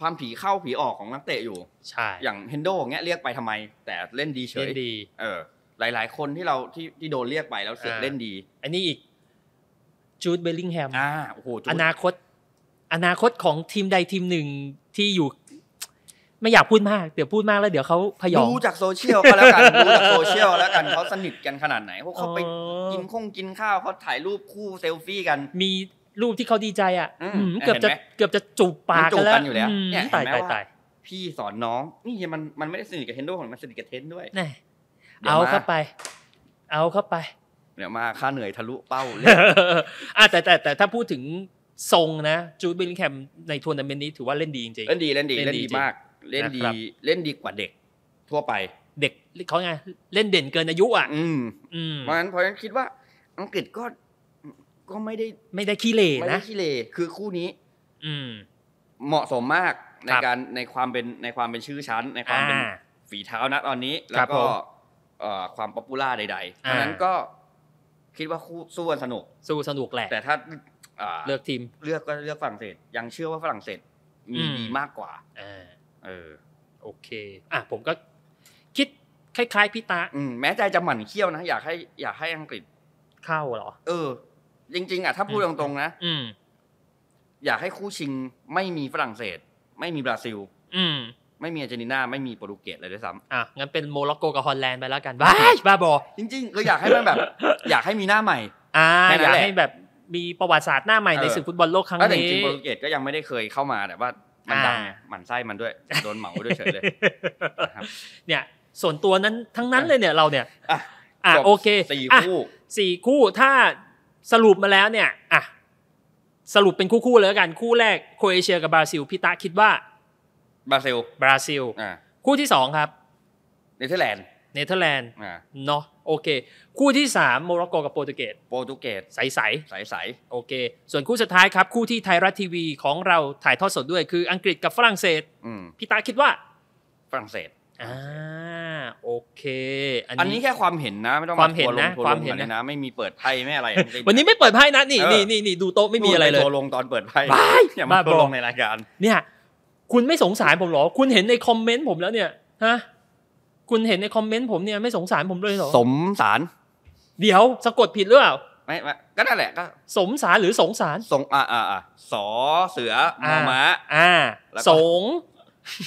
ความผีเข้าผีออกของนักเตะอยู่ ใช่ อย่างเฮนโดอย่างเงี้ยเรียกไปทำไม แต่เล่นดีเฉ เล่ ย นดี เออ หลาย ๆ คนที่เราที่ที่โดนเรียกไปแล้วเสือก อ่า เล่นดี อันนี้อีกจูดเบลลิงแฮม อ่าโอ้โหจุด อนาคต อนาคตของทีมใดทีมหนึ่งที่อยู่ ไม่อยากพูดมาก เดี๋ยวพูดมากแล้วเดี๋ยวเขาพยอง ดูจากโซเชียลก็แล้วกันดูจากโซเชียลแล้วกันเขาสนิทกันขนาดไหนเพราะเขาไป อ๋อ กินข้งกินข้าวเขาถ่ายรูปคู่เซลฟี่กัน มีรูปที่เขาดีใจอ่ะ อืม อืมเกือบจะ เห็นไหม เกือบจะจูบปาก มันจู กับ นแล้ว กันอยู่แล้ว ม เนี่ยเห็น ตาย ไหม ตาย ว่า ตาย พี่สอนน้องนี่มันมันไม่ได้สนิทกับเฮนโดของมันสนิทกับเทนด้วย แน่ เดี๋ยว เอา มา เข้าไป เอาเข้าไป เดี๋ยวมาค่าเหนื่อยทะลุเป้าเลย อ่ะแต่แต่แต่ถ้าพูดถึงทรงนะจูดบิลลิงแคมในทัวร์นาเมนต์นี้ถือว่าเล่นดีจริง เล่นดีเล่นดีเล่นเล่นดี ดีมาก เล่นดี นะครับ เล่นดีกว่าเด็กทั่วไป ๆ เด็กเขาไงเล่นเด่นเกินอายุอ่ะ อืม อืม เพราะฉะนั้นเพราะฉะนั้นคิดว่าอังกฤษก็ก็ไม่ได้ ไม่ได้ขี้เหร่ ไม่ได้ นะ ขี้เลคือคู่นี้ อืม เหมาะสมมากใน ครับ การในความเป็นในความเป็นชื่อชั้น ในความ อ่า เป็นฝีเท้านะตอนนี้ ค แล้ รั ว บ ก็ ผม เอ่อความป๊อปปูล่าใดๆเพ อ่า ราะฉะนั้นก็คิดว่าคู่สู้กันสนุก สู้สนุกแหละ แต่ถ้าอ่า เลือกทีม เลือกก็เลือกฝรั่งเศส ยังเชื่อว่าฝรั่งเศสมี อืม ดีมากกว่า อ่า เออ โอเค อ่ะผมก็คิด คล้ายๆพิตะ อืมแม้ใจจะหมั่นเคี้ยวนะอยากให้อยากให้อังกฤษ เข้าเหรอ เออ จริง ๆอ่ะถ้าพูด อื ต ม รงๆนะ อืม อยากให้คู่ชิงไม่มีฝรั่งเศส ไม่มีบราซิล อืม ไม่มีอาร์เจนตินาไม่มีโปรตุเกสเลยด้วยซ้ อ่ะงั้นเป็นโมร็อกโกกับฮอลแลนด์ไปแล้วกันว้ายบ้าบอ ำจริงๆก็อยากให้มัน แบบ อยากให้มีหน้าใหม่ อ่า แค่ อ นั้ ยาน ก แหละ ให้แบบมีประวัติศาสตร์หน้าใหม่ใน เออ ศึกฟุตบอลโลกครั้ง แล้วแต่จ นี้ ริงๆโปรตุเกสก็ยังไม่ได้เคยเข้ามาแต่ว่ามันดัง อ่า หมันไส้มันด้วยโดนเหมาด้วยเฉย เลยนะครับ เนี่ย ส่วนตัวนั้นทั้งนั้นเลยเนี่ยเราเนี่ย อ่ะ อ่ะ จบ โอเค สี่ อ่ะ คู่ สี่คู่ถ้าสรุปมาแล้วเนี่ยอ่ะสรุปเป็นคู่ๆเลยแล้วกันคู่แรกโครเอเชียกับบราซิลพี่ตะคิดว่า บราซิล บราซิล อ่า คู่ที่สองครับ เนเธอร์แลนด์ เนเธอร์แลนด์ อ่า เนาะโอเค คู่ที่สามโมร็อกโกกับโปรตุเกส โปรตุเกส ใส ใส ๆโอเค ส่วนคู่สุดท้ายครับ คู่ที่ไทยรัฐทีวีของเราถ่ายทอดสดด้วยคืออังกฤษกับฝรั่งเศส ๆอืม พี่ตาคิดว่า ฝรั่งเศส อ่าโอเค อัน อันนี้ นี้ แค่ความเห็นนะ ไม่ต้อง ความเห็นนะ ทัวร์ลงทัวร์ลง ความเห็นอะนะไรนะไม่มีเปิดไพ่ไม่ อะไรจริงๆ วันนี้ไม่เปิดไพ่นะนี่ เออ นี่นี่นี่ดูโต๊ะไม่มีอะไรเลย โทรลงตอนเปิดไพ่ บ้า อย่ามา บ้า โทรลง บอ ในรายการ เนี่ยคุณไม่สงสารผมเหรอ คุณเห็นในคอมเมนต์ผมแล้วเนี่ยฮะคุณเห็นในคอมเมนต์ผมเนี่ยไม่สงสารผมเลยเหรอ สมสาร เดี๋ยวสะกดผิดหรือเปล่า ไม่ไม่ก็นั่นแหละก็ สมสารหรือสงสาร สงอ่าอ่าอ่าสอเสือมอ อ่าม ม้า อ่า แล้วก็ สง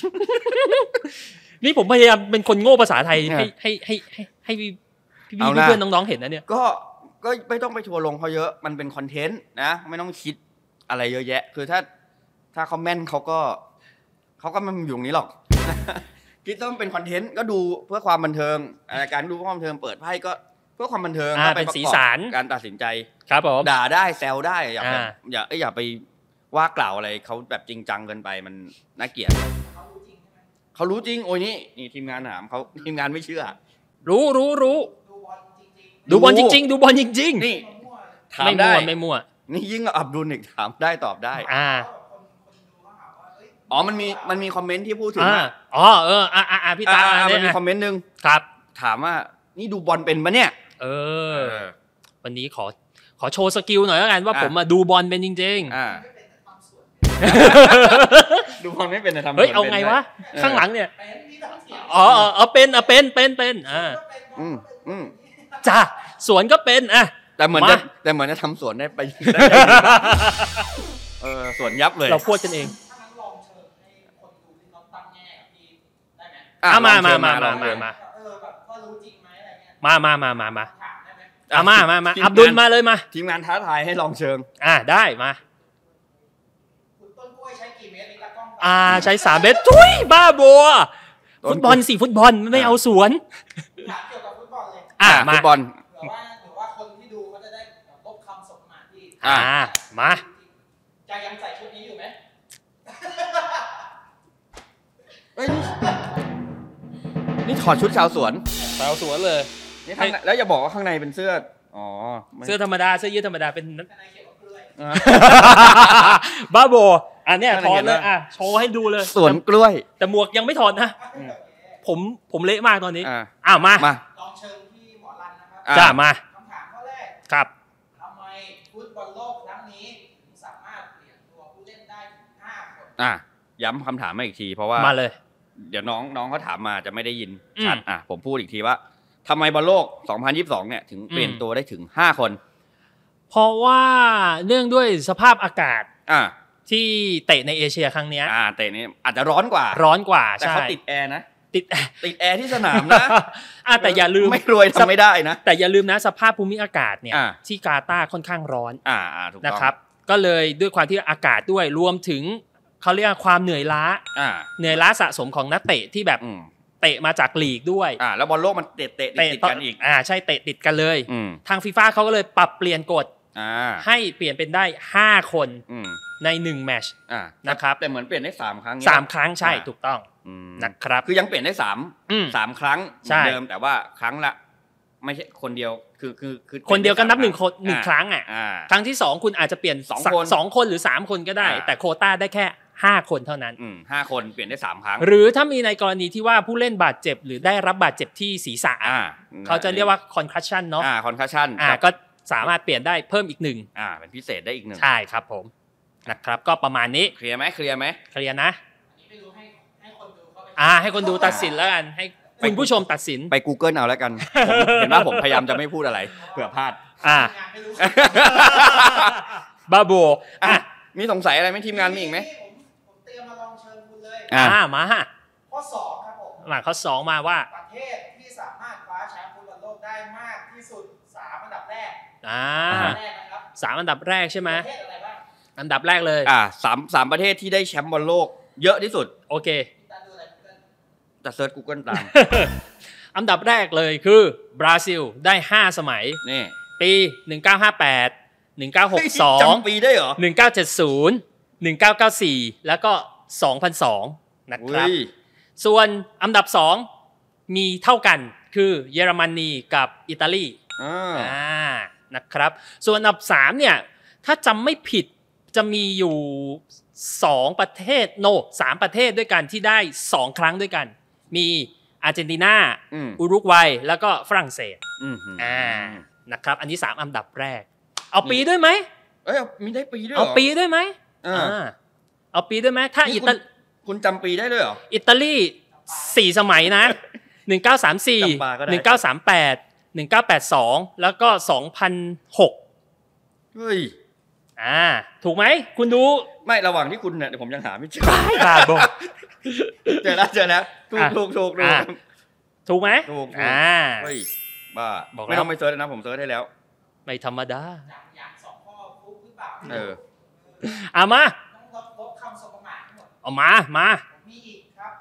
นี่ผมพยายามเป็นคนโง่ภาษาไทย เนี่ย ให้ให้ให้ให้ให้พี่พี่ เอาหน้า เพื่อนน้องๆเห็นนะเนี่ย ก็ก็ไม่ต้องไปทัวร์ลงเขาเยอะมันเป็นคอนเทนต์นะ ไม่ต้องคิดอะไรเยอะแยะ คือถ้าถ้าคอมเมนต์เขาก็เขาก็ไม่มาอยู่ตรงนี้หรอก คิดต้องเป็นคอนเทนต์ก็ดูเพื่อความบันเทิงรายการดูเพื่อความบันเทิงเปิดไพ่ก็เพื่อความบันเทิง อ่า ก็ เป็น ระกอบ สีสัน การตัดสินใจ ครับผม ด่าได้แซวได้อย่าไป อ่า อย่าเอ้ยอย่าไปว่ากล่าวอะไรเขาแบบจริงจังเกินไปมันน่าเกลียดเขารู้จริงโอ้ยนี่นี่ทีมงานถามเขาทีมงานไม่เชื่อ รู้รู้รู้ดูบอลจริง ๆ ดูบอลจริง นี่ถามๆไม่ ได้ มั่วไม่มั่ว นี่ยิ่งกว่าอับดุลอีกถามได้ตอบได้ อ่า อ๋อมันมีมันมีคอมเมนต์ที่พูดถึง อ่า ว่า อ๋อเอออ่าอ่าอ่าพี่ตา อ่าอ่า เนี่ มั ย นมี อ่ะ คอมเมนต์หนึ่ง ครับ ถามว่า นี่ดูบอลเป็นปะเนี่ย เอ เอ อ อ วันนี้ขอขอโชว์สกิลหน่อยแล้วกันว่า อ่ะ ผมมาดูบอลเป็นจริง อ่าดูบอลไม่เป็นแต่ทำ ๆ เฮ้ย ส่วน เอา ป็น ไง ด้ วะ ข้างหลังเนี่ยอ๋อเออเอาเป็นเอาเป็นเป็นเป็นอ่า อืมอืม จ้าสวนก็เป็นอ่ะ แต่เหมือนจะ มา แต่เหมือนจะทำสวนได้ไปได้ไปเออสวนยับเลย เราพูดกันเอง อ่ะ อ่ะมา ลอง มา เชิญลมามา องเชิ มา ญ มามามามามามาอ่ะมามามา ทีมงาน อับดุลมาเลยมา ทีมงานท้าทายให้ลองเชิง อ่ะได้มา อ่าใช้สามเมตรทุยบ้าบัว ต้น ฟุตบอลสี่ฟุตบอลไม่ อ่ะ เอาสวน ถามเกี่ยวกับฟุตบอลเลย อ่ะ ฟุ มา ตบอล เผื่อว่าเผื่อว่าคนที่ดูเขาจะได้แบบลบคำสมมาที่ อ่ะ อ่ามา จะยังใส่ชุดนี้อยู่ไหม นี่ถอดชุดชาวสวน สาวสวนเลย นี่ข้างในแล้วอย่าบอกว่าข้างในเป็นเสื้อ อ๋อไม่ เสื้อธรรมดาเสื้อยืดธรรมดา เป็น อ่ะ บ้าบออันเนี้ย นั่ ถ น อ ไง ดเลย เห็นไหม อ่ะโชว์ให้ดูเลย สวนกล้วย แต่หมวกยังไม่ถอดนะ อืม ผมผมเละมากตอนนี้ อ่ะ อ้าวมา มา ลองเชิญที่หมอรันนะครับ อ่ะ จ้ามา คำถามข้อแรก ครับ ทำไมฟุตบอลโลกครั้งนี้ถึงสามารถเปลี่ยนตัวผู้เล่นได้ถึง5คน อ่ะย้ำคำถามมาอีกที เพราะว่า มาเลย เดี๋ยวน้องน้องเขาถามมาจะไม่ได้ยิน อืม ชัดอ่ะผมพูดอีกทีว่าทำไมบอลโลก 2022 เนี่ย ถึงเปลี่ยน อืม ตัวได้ถึง 5 คน เพราะว่าเนื่องด้วยสภาพอากาศ อ่ะ ที่เตะในเอเชียครั้งเนี้ย อ่ะแต่นี่อาจจะร้อนกว่า ร้อนกว่า แต่ ใช่ เขาติดแอร์นะ ติด ติดแอร์ที่สนามนะ อ่ะแต่อย่าลืม ไม่รวยทำไม่ได้นะ แต่อย่าลืมนะสภาพภูมิอากาศเนี่ย อ่ะ ที่กาตาร์ค่อนข้างร้อน อ่าอ่าถูกต้อง นะครับ ก็เลยด้วยความที่อากาศด้วยรวมถึงเขาเรียกว่าความเหนื่อยล้า อ่า เหนื่อยล้าสะสมของนักเตะที่แบบ อืม เตะมาจากลีกด้วย อ่าแล้วบอลโลกมันเตะเตะติดๆกันอีก อ่าใช่เตะติดกันเลย อืม ทางฟีฟ่าเขาก็เลยปรับเปลี่ยนกฎ อ่า ให้เปลี่ยนเป็นได้ 5 คน อืม ใน1แมตช อ่า นะ นะครับ แต่เหมือนเปลี่ยนได้สามครั้งเนี่ย สามครั้งใช่ถูกต้อง อืม นะครับ คือยังเปลี่ยนได้สาม อืม สามครั้งเห ใช่ มือนเดิมแต่ว่าครั้งละ ไม่ใช่คนเดียวคือคือคือ คนเดียวก็นับหนึ่งคนห เปลี่ นึ่ ยได้งค สาม รั้งอ่ะ อ่า ครั้งที่ 2 คุณอาจจะเปลี่ยน สอง สัก คน สองคนหรือ 3 คนก็ได้ อ่า แต่โควต้าได้แค่ 5 คนเท่านั้น อืมห้าคนเปลี่ยนได้สามครั้ง หรือถ้ามีในกรณีที่ว่าผู้เล่นบาดเจ็บ หรือได้รับบาดเจ็บที่ศีรษะ อ่า เขาจะเรียกว่า concussion เนาะ อ่าคอนคัชชั่น อ่า ก็สามารถเปลี่ยนได้เพิ่มอีกหนึ่ง อ่าเป็นพิเศษได้อีกหนึ่ง ใช่ครับผม นะครับ ก็ประมาณนี้ เคลียร์ไหมเคลียร์ไหม เคลียร์นะ อันนี้ไม่รู้ให้ให้คนดูเขาไป อ่า ให้คนดูตัดสินแล้วกัน ให้ ไป คุณผู้ชมตัดสิน ไป Google เอาแล้วกันผมเห็นว่าผมพยายามจะไม่พูดอะไรเผื่อพลาด อ่ะ งานไม่รู้ บาโบ อ่ะ อ่ะ มีสงสัยอะไรไหมทีมงานมีอีกไหม ผผมเตรียมมาลองเชิญคุณเลย อ่ะ อ่ะมาฮะ ข้อสองครับผม หลังข้อสองมาว่า ประเทศที่สามารถคว้าแชมป์ฟุตบอลโลกได้มากที่สุดสามอันดับแรก อ่า อันดับแรกนะครับ สามอันดับแรกใช่ไหม ประเทศอะไรบ้าง อันดับแรกเลย อ่ะสามสามประเทศที่ได้แชมป์บอลโลก เยอะที่สุด โอเค พี่ตาดูอะไรเพื่อน แต่เซิร์ช Google ตาม อันดับแรกเลยคือบราซิลได้ 5 สมัย นี่ ปี 1958 จำ 1962 ปีได้เหรอ 1970 1994 แล้วก็ 2002 นะครับ อุ้ย ส่วนอันดับ 2 มีเท่ากันคือเยอรมนีกับอิตาลี อ่า อ่านะครับ ส่วนอันดับ 3 เนี่ย ถ้าจำไม่ผิดจะมีอยู่ 2 ประเทศโน 3 ประเทศด้วยกันที่ได้ 2 ครั้งด้วยกัน มีอาร์เจนตินา อืม อุรุกวัยแล้วก็ฝรั่งเศส อืม อ่า นะครับ อันนี้ 3 อันดับแรก เอาปีด้วยไหม เอ้ยมีได้ปีด้วยหร เอาปีด้วยไหม อ่า าเอาปีด้วยไหม ถ้า นี่ อิ คุณ ตา คุณจำปีได้ด้วยเหรอ อิตาลีสี่สมัย นะ 1934 จำปาก็ได้ 1938 1982 แล้วก็ 2006 เฮ้ย อ่า ถูกไหม คุณดู ไม่ระหว่างที่คุณเนี่ยเดี๋ยวผมยังหาไม่เจอ บาบอ เจอแล้วเจอแล้วถูก อ่ะ ถูกถูกถูก อ่ะ ถูกไหม ถูกถูก อ่า เฮ้ยบ้า บอกแล้ว ไม่ต้องไปเซิร์ชนะผมเซิร์ชได้แล้ว ไม่ธรรมดา อย่างอย่างสองข้อฟุกหรือเปล่า เออ เอามา ต้องลบลบคำสบประมาททั้งหมด เอามา มา ผมมีอีกครับ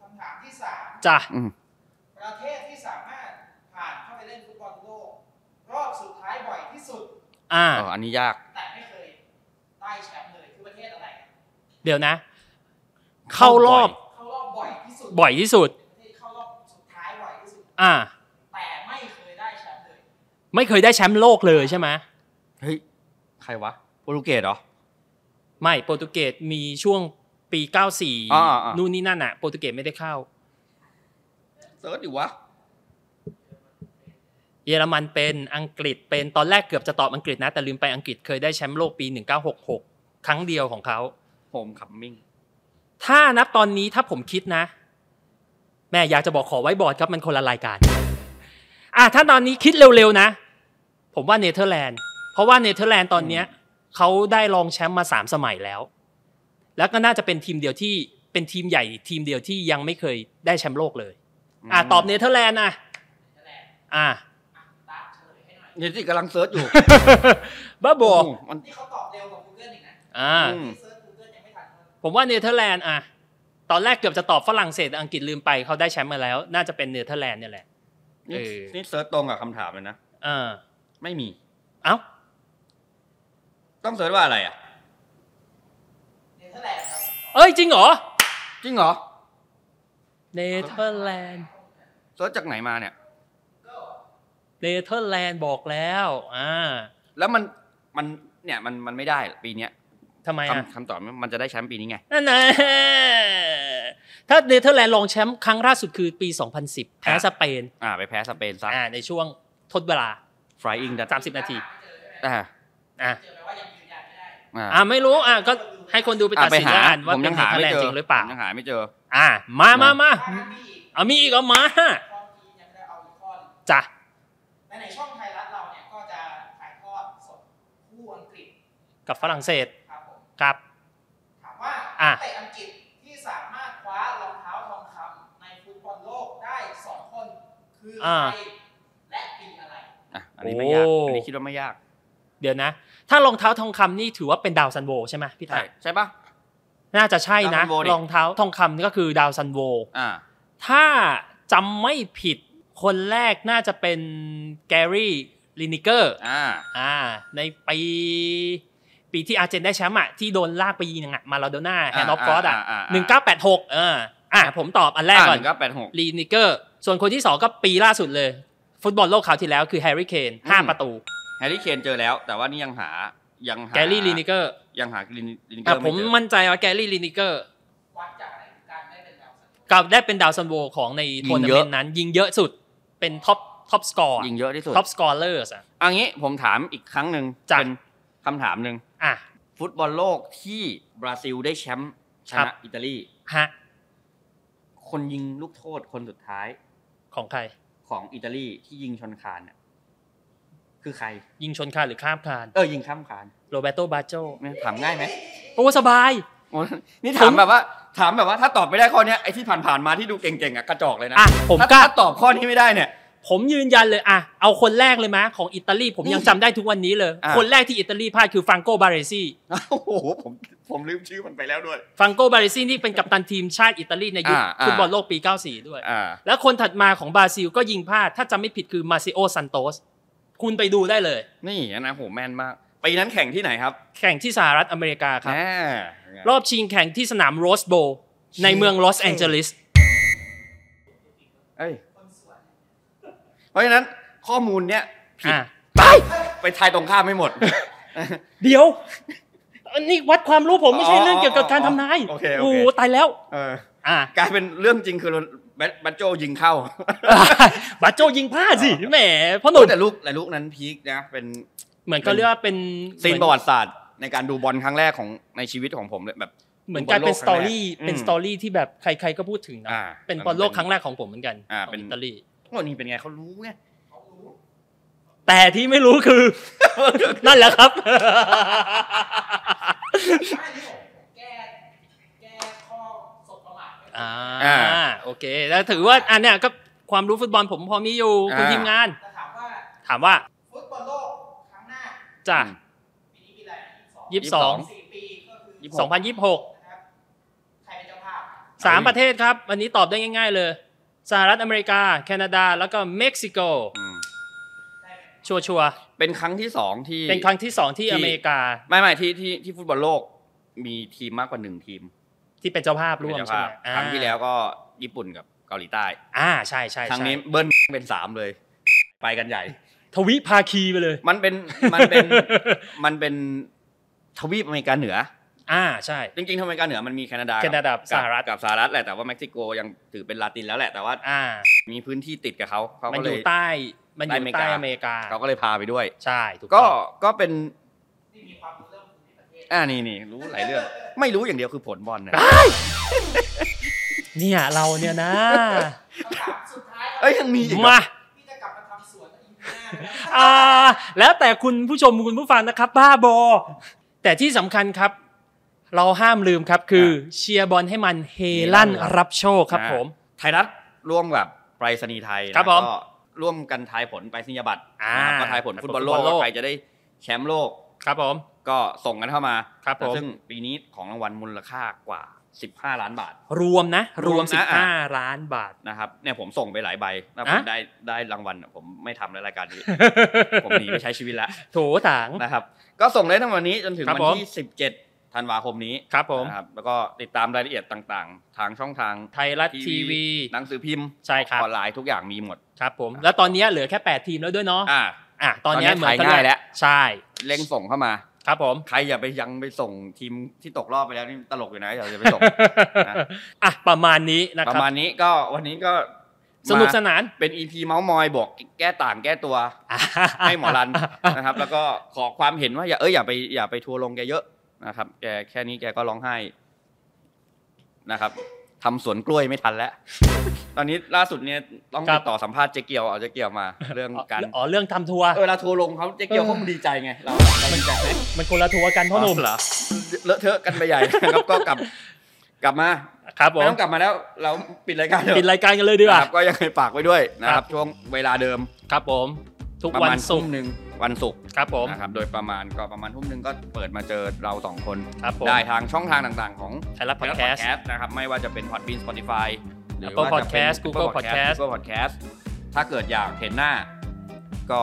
คำถามที่สาม จ้ะ ประเทศที่สามารถผ่านเข้าไปเล่นฟุตบอลโลก รอบสุดท้ายบ่อยที่สุด อ่า อ๋ออันนี้ยาก แต่ไม่เคยได้แชมป์เลยคือประเทศอะไร เดี๋ยวนะ เข้ารอบ เข้ารอบบ่อยที่สุด บ่อยที่สุด ประเทศเข้ารอบสุดท้ายบ่อยที่สุด อ่า แต่ไม่เคยได้แชมป์เลย ไม่เคยได้แชมป์โลกเลยใช่ไหม เฮ้ย ใครวะโปรตุเกสเหรอ ไม่โปรตุเกสมีช่วงปี อ่าอ่า 94 นู่ นู่นนี่นั่นอ่ะโปรตุเกสไม่ได้เข้า เซิร์ชอยู่วะ เยอรมันเป็นอังกฤษเป็นตอนแรกเกือบจะตอบอังกฤษนะ แต่ลืมไปอังกฤษเคยได้แชมป์โลกปี 1966 ครั้งเดียวของเขา โฮมคัมมิ่ง ถ้านับตอนนี้ถ้าผมคิดนะ แม่อยากจะบอกขอไว้บอร์ดครับมันคนละรายการ อ่ะถ้าตอนนี้คิดเร็วๆนะ ผมว่าเนเธอร์แลนด์ เพราะว่าเนเธอร์แลนด์ตอนเนี้ยเขาได้รองแชมป์มาสามสมัยแล้ว แล้วก็น่าจะเป็นทีมเดียวที่เป็นทีมใหญ่ทีมเดียวที่ยังไม่เคยได้แชมป์โลกเลย อ่ะตอบเนเธอร์แลนด์นะอ่ะ ตามเฉลยให้หน่อย เนี่ยที่กำลังเซิร์ชอยู่ บ้าบอ โอ้โหมัน นี่เขาตอบเร็วกว่า Google อีกนะ อ่ะ อืม นี่เซิร์ช Google ยังไม่ทันเลย ผมว่าเนเธอร์แลนด์อ่ะตอนแรกเกือบจะตอบฝรั่งเศสแต่อังกฤษลืมไปเขาได้แชมป์มาแล้ว น่าจะเป็นเนเธอร์แลนด์เนี่ยแหละ นี่ เออ นี่เซิร์ชตรงกับคำถามเลยนะ อ่า ไม่มี เอ้า ต้องเซิร์ชว่าอะไรอ่ะ เนเธอร์แลนด์ครับ เอ้ย จริงเหรอ จริงเหรอ เนเธอร์แลนด์ เซิร์ชจากไหนมาเนี่ย เนเธอร์แลนด์บอกแล้วอ่า แล้วมัน มัน เนี่ย มัน มันไม่ได้ปีเนี้ย ทำไมอ่ะ คำคำตอบมันมันจะได้แชมป์ปีนี้ไง นั่นนะ ถ้าเนเธอร์แลนด์รองแชมป์ครั้งล่าสุดคือปี 2010 แพ้สเปน อ่า ไปแพ้สเปนซะ อ่าในช่วงทดเวลา flying ดัต 30 นาที อ่า อ่ะ เจอแปลว่ายังยืนยันไม่ได้ อ่า อ่าไม่รู้อ่ะก็ให้คนดูไป อ่ะ ตัด ไป สิน หา แล้วกันว่า ผม เป็ ยั น ง เน หา เธอ ไม่ ร์แลน เจอด์จริงหรือเปล่า ผมยังหาไม่เจอ อ่ามามามา ถ้างั้นมีเอามีอีอีกกเอามา ข้อที่ยังไม่ได้เอาอีกข้อหนึ่ง จ้ะ ในในช่องไทยรัฐเราเนี่ยก็จะถ่ายทอดสดคู่อังกฤษ กับฝรั่งเศส ครับผม ครับ ถามว่า อ่ะ นักเตะอังกฤษที่สามารถคว้ารองเท้าทองคำในฟุตบอลโลกได้สองคน คือใครและปีอะไร อ่ะ อันนี้ไม่ยาก อันนี้คิดว่าไม่ยาก เดี๋ยวนะ ถ้ารองเท้าทองคำนี่ถือว่าเป็นดาวซันโวใช่ไหมพี่ ใช่ ตาย ใช่ปะ น่าจะใช่นะ ดาวซันโวดิ รองเท้าทองคำนี่ก็คือดาวซันโว อ่า ถ้าจำไม่ผิดคนแรกน่าจะเป็นแกรี่ลินิเกอร์ อ่า อ่าในปีปีที่อาร์เจนได้แชมป์อะที่โดนลากไปยิงอะมาลาโดน่าแฮนด์ออฟกอสอะ อ่าอ่า หนึ่ง อ่า เก้าแปดหกเอออ่ะผมตอบอันแรกก่อน ก็แปดหก ลินิเกอร์ ส่วนคนที่สองก็ปีล่าสุดเลย ฟุตบอลโลกคราวที่แล้วคือแฮร์รี่เคนห้า อืม ประตู แฮร์รี่เคนเจอแล้ว แต่ว่านี่ยังหา ยังหา แกรี่ลินิเกอร์ ยังหาลินลินเกอ อ่ะ ร์ ผม ไเจอ มั่นใจว่าแกรี่ลินิเกอร์ วัดจากอะไรถึงการได้เป็นดาวซั นโว กับได้เป็นดาวซันโวของใน ยิ ทัวร์ ง นา เย เม อะ นต์นั้น ยิงเยอะสุดเป็นท็อปท็อปสกอร์ ยิงเยอะที่สุด ท็อปสกอร์เลอร์อ่ะ อันนี้ผมถามอีกครั้งหนึ่ง จ้ะ เป็นคำถามหนึ่ง อ่ะ ฟุตบอลโลกที่บราซิลได้แชมป์ช ครั นะ บ อิตาลี ฮะ คนยิงลูกโทษคนสุดท้าย ของใคร ของอิตาลีที่ยิงชนคานน่ะคือใคร ยิงชนคานหรือข้ามคาน เออยิงข้ามคาน โรเบโตบาโจ เนี่ยถามง่ายไหม โอ้สบาย โอ้นี่ถามแบบว่า ถามแบบว่า ถ้าตอบไม่ได้ข้อเนี้ยไอ้ที่ผ่านๆมาที่ดูเก่งๆอ่ะกระจอกเลยนะ อ่ะผม ถ้าก ล้า ถ้าตอบข้อนี้ไม่ได้เนี่ย ผมยืนยันเลยอ่ะเอาคนแรกเลยมะของอิตาลีผมยังจำได้ทุกวันนี้เลย อ่ะ คนแรกที่อิตาลีพลาดคือฟังโกบาเรซี่ โอ้โหผมผมลืมชื่อมันไปแล้วด้วย ฟังโกบาเรซี่นี่เป็นกัปตันทีมชาติอิตาลีในยุค อ่ะอ่ะ ฟุตบอลโลกปี 94 ด้วย อ่า แล้วคนถัดมาของบราซิลก็ยิงพลาด ถ้าจำไม่ผิดคือมาซิโอซันโตสคุณไปดูได้เลย นี่นะโหแม่นมากปีนั้นแข่งที่ไหนครับ แข่งที่สหรัฐอเมริกาครับ แหม รอบชิงแข่งที่สนามโรสโบว์ในเมืองลอสแองเจลิส เอ้ยเพราะฉะนั้นข้อมูลเนี้ย อ่ะ ไปทายตรงข้ามไม่หมด เดี๋ยว อันนี้วัดความรู้ผมไม่ใช่เรื่องเกี่ยวกับการทำนาย โอเคโอเค โอ้โหตายแล้ว เออ อ่ะ กลายเป็นเรื่องจริงคือแบทแบัตโจยิงเข้า บาโจยิงพลาดสิแหมพ่อหนุ่ม แต่ลูกแต่ลูกนั้นพีคนะ เป็น เหมือนก็เรียกว่าเป็น ซีนประวัติศาสตร์ ในการดูบอลครั้งแรกของในชีวิตของผมเลยแบบ เหมือนกลายเป็นสตอรี่ อืม เป็นสตอรี่ที่แบบใครๆก็พูดถึงนะ อ่า เป็นบอลโลกครั้งแรกของผมเหมือนกัน อ่า ข เป็ อง น อิตาลี โอ้นี่เป็นไงเขารู้ไง แต่ที่ไม่รู้ คือ นั่นแหละครับ อันนี้ผมผมแก้แก้ข้อสบประมาทไว้ อ่า อ่า โอเค แล้วถือว่าอันเนี้ยก็ความรู้ฟุตบอลผมพอมีอยู่คุณ อ่า ทีมงาน แต่ถามว่า ถามว่า ฟุตบอลโลกครั้งหน้า จ้ะ ปีนี้ปีอะไรสอง ยี่สิบสอง สี่ปีก็คือ ยี่สิบ ส ส อ อง ง พันยี่สิบหก นะครับ ใครเป็นเจ้าภาพ สามประเทศครับ วันนี้ตอบได้ง่าย ๆ เลย สหรัฐอเมริกา แคนาดาแล้วก็เม็กซิโก อืม ชัวร์ เป็นครั้งที่สองที่ ๆเป็นครั้งที่สองที่ ที่ อเมริกา ไม่ไม่ที่ที่ที่ฟุตบอลโลกมีทีมมากกว่าหนึ่งทีม ที่เป็นเจ้าภาพร่วม เป็นเจ้า ใช่ไห ภาม พ อ่า ครั้งที่แล้วก็ญี่ปุ่นกับเกาหลีใต้ อ่าใช่ใช่ ครั้ง ใช่ นี้เบิ้ลเป็นสามเลย ไปกันใหญ่ ทวิภาคีไปเลย มัน เป็นมันเป็นมันเป็นทวีปอเมริกาเหนือ อ่าใช่ จริงๆทางอเมริกาเหนือมันมีแคนาดา แคนาดา กับ สหรัฐ กับสหรัฐแหละแต่ว่าเม็กซิโกยังถือเป็นลาตินแล้วแหละแต่ว่า อ่า มีพื้นที่ติดกับเขาเขา มัน ก็ อ เลยยู่ใต้มันอยู่ ใต้ ใต้อ อ เม เม ริ ริ กา เขาก็เลยพาไปด้วย ใช่ถูก ก็ ต้อง ก็เป็น นี่มีความรู้เรื่องภูมิประเทศ อ่านี่นี่รู้หลายเรื่อง ไม่รู้อย่างเดียวคือผลบอล นะ เนี่ยเราเนี่ยนะ คำถามสุดท้ายครับ เอ้ยยังมีอีกเหรอ มา ที่จะกลับมาทำสวนอีกหน้านะครับ อ่าแล้วแต่คุณผู้ชมคุณผู้ฟังนะครับ บ้าบอ แต่ที่สำคัญครับ เราห้ามลืมครับคือเชียร์บอลให้มันเฮลั่นรับโชคครับผม นะไทยรัฐร่วมกับไปรษณีย์ไทยนะครับ ผม ก็ร่วมกันทายผลไปรษณียบัตร อ่า นะครับก็ทายผลฟุตบอลโลก ฟุตบอลโลก ว่าใครจะได้แชมป์โลก ครับผม ก็ส่งกันเข้ามา ครับผม ซึ่งปีนี้ของรางวัลมูลค่ากว่า 15 ล้านบาท รวมนะ รวม รวมนะอ่ะ 15 ล้านบาท นะครับเนี่ยผมส่งไปหลายใบแล้วผ อ่ะ มได้ได้รางวัลอ่ะผมไม่ทำแล้วรายการนี้ ผมหนีไปใช้ชีวิตแล้ว โถถัง นะครับ ก็ส่งได้ทั้งวันนี้จนถึง ครับ วัน ผม ที่ 17 ธันวาคมนี้ ครับผม นะครับแล้วก็ติดตามรายละเอียดต่างๆ ทางช่องทาง ไทยรัฐทีวี หนังสือพิมพ์ ใช่ครับ ออนไลน์ทุกอย่างมีหมด ครับผม แล้วตอนนี้เหลือแค่ 8 ทีมแล้วด้วยเนาะ อ่า อ่ะตอนนี้ ตอนนี้ เหมือนกัน ขายง่ายแล้ว ใช่ เร่งส่งเข้ามา ครับผม ใครอย่าไปยังไปส่งทีมที่ตกรอบไปแล้วนี่ตลกอยู่นะอย่าไปส่ง นะ อ่ะ ประมาณนี้ นะ ประ ครับ มาณนี้ก็วันนี้ก็ สนุกมานสาน เป็น EP เมาส์มอยบอกแก้ต่างแก้ตัว ให้หมอรัน นะครับ แล้วก็ขอความเห็นว่าอย่าเอออย่าไปอย่าไปทัวร์ลงแกเยอะนะครับ แกแค่นี้แกก็ร้องไห้นะครับทำสวนกล้วยไม่ทันแล้ว ตอนนี้ล่าสุดเนี่ยต้องติดต่อสัมภาษณ์เจ๊เกียวเอาเจ๊เกียวมา เรื่องการ อ๋อเรื่องทำทัวร์ เออเวลาทัวร์ลงเขาเจ๊เกียวเขาดีใจไงเราเราดีใจไหม มันคนละทัวร์กันพ่อหนุ่ม เหรอเลอะเทอะกันไปใหญ่ นะครับ ก็กลับกลับมา ครับผ ไม่ ม ต้องกลับมาแล้ว เราปิดรายการเถอะ ปิดรายการกันเลยดีก ค ว่า รับก็ยังไงฝากไว้ด้วยนะค ครั รับ บ ช่วงเวลาเดิม ครับผม ทุก ประ วัน มาณ ศุ ทุ่ ก ม ร์ หนึ่งวันศุกร์ ครับผม นะครับโดยประมาณก็ประมาณทุ่มหนึ่งก็เปิดมาเจอเราสองคน ครับผม ได้ทางช่องทางต่างๆ ของ ไทยรัฐพอดแคสต์ ไทยรัฐ Podcast นะครับไม่ว่าจะเป็น Podbean Spotify หรือ Apple ว่าจะเป็น Podcast Google Podcast Google Podcast ถ้าเกิดอยากเห็นหน้าก็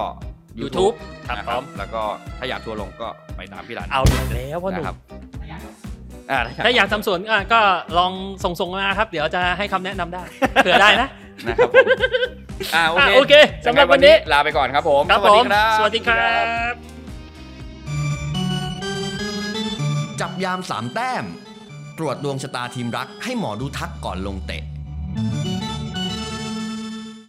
YouTube ครับ นะคผรับ ม แล้วก็ถ้าอยากทัวร์ลงก็ไปตามพี่หลาน เอาอีกแล้วพ่อหนุ่ นะครั ม บอ่าถ้าอยาก ถ้าอยากทำสวนอ่ะก็ลองส่งส่งๆมาครับ เดี๋ยวจะให้คำแนะนำได้ เผื่อได้นะ นะครับผมอ่า อ่ะโอ โอ เค เค สำหรับวันนี้ ลาไปก่อนครับผม ครับ ส ผ วัส ม ดีครับ สวัสดีครับ จับยามสามแต้ม ตรวจดวงชะตาทีมรักให้หมอดูทักก่อนลงเตะ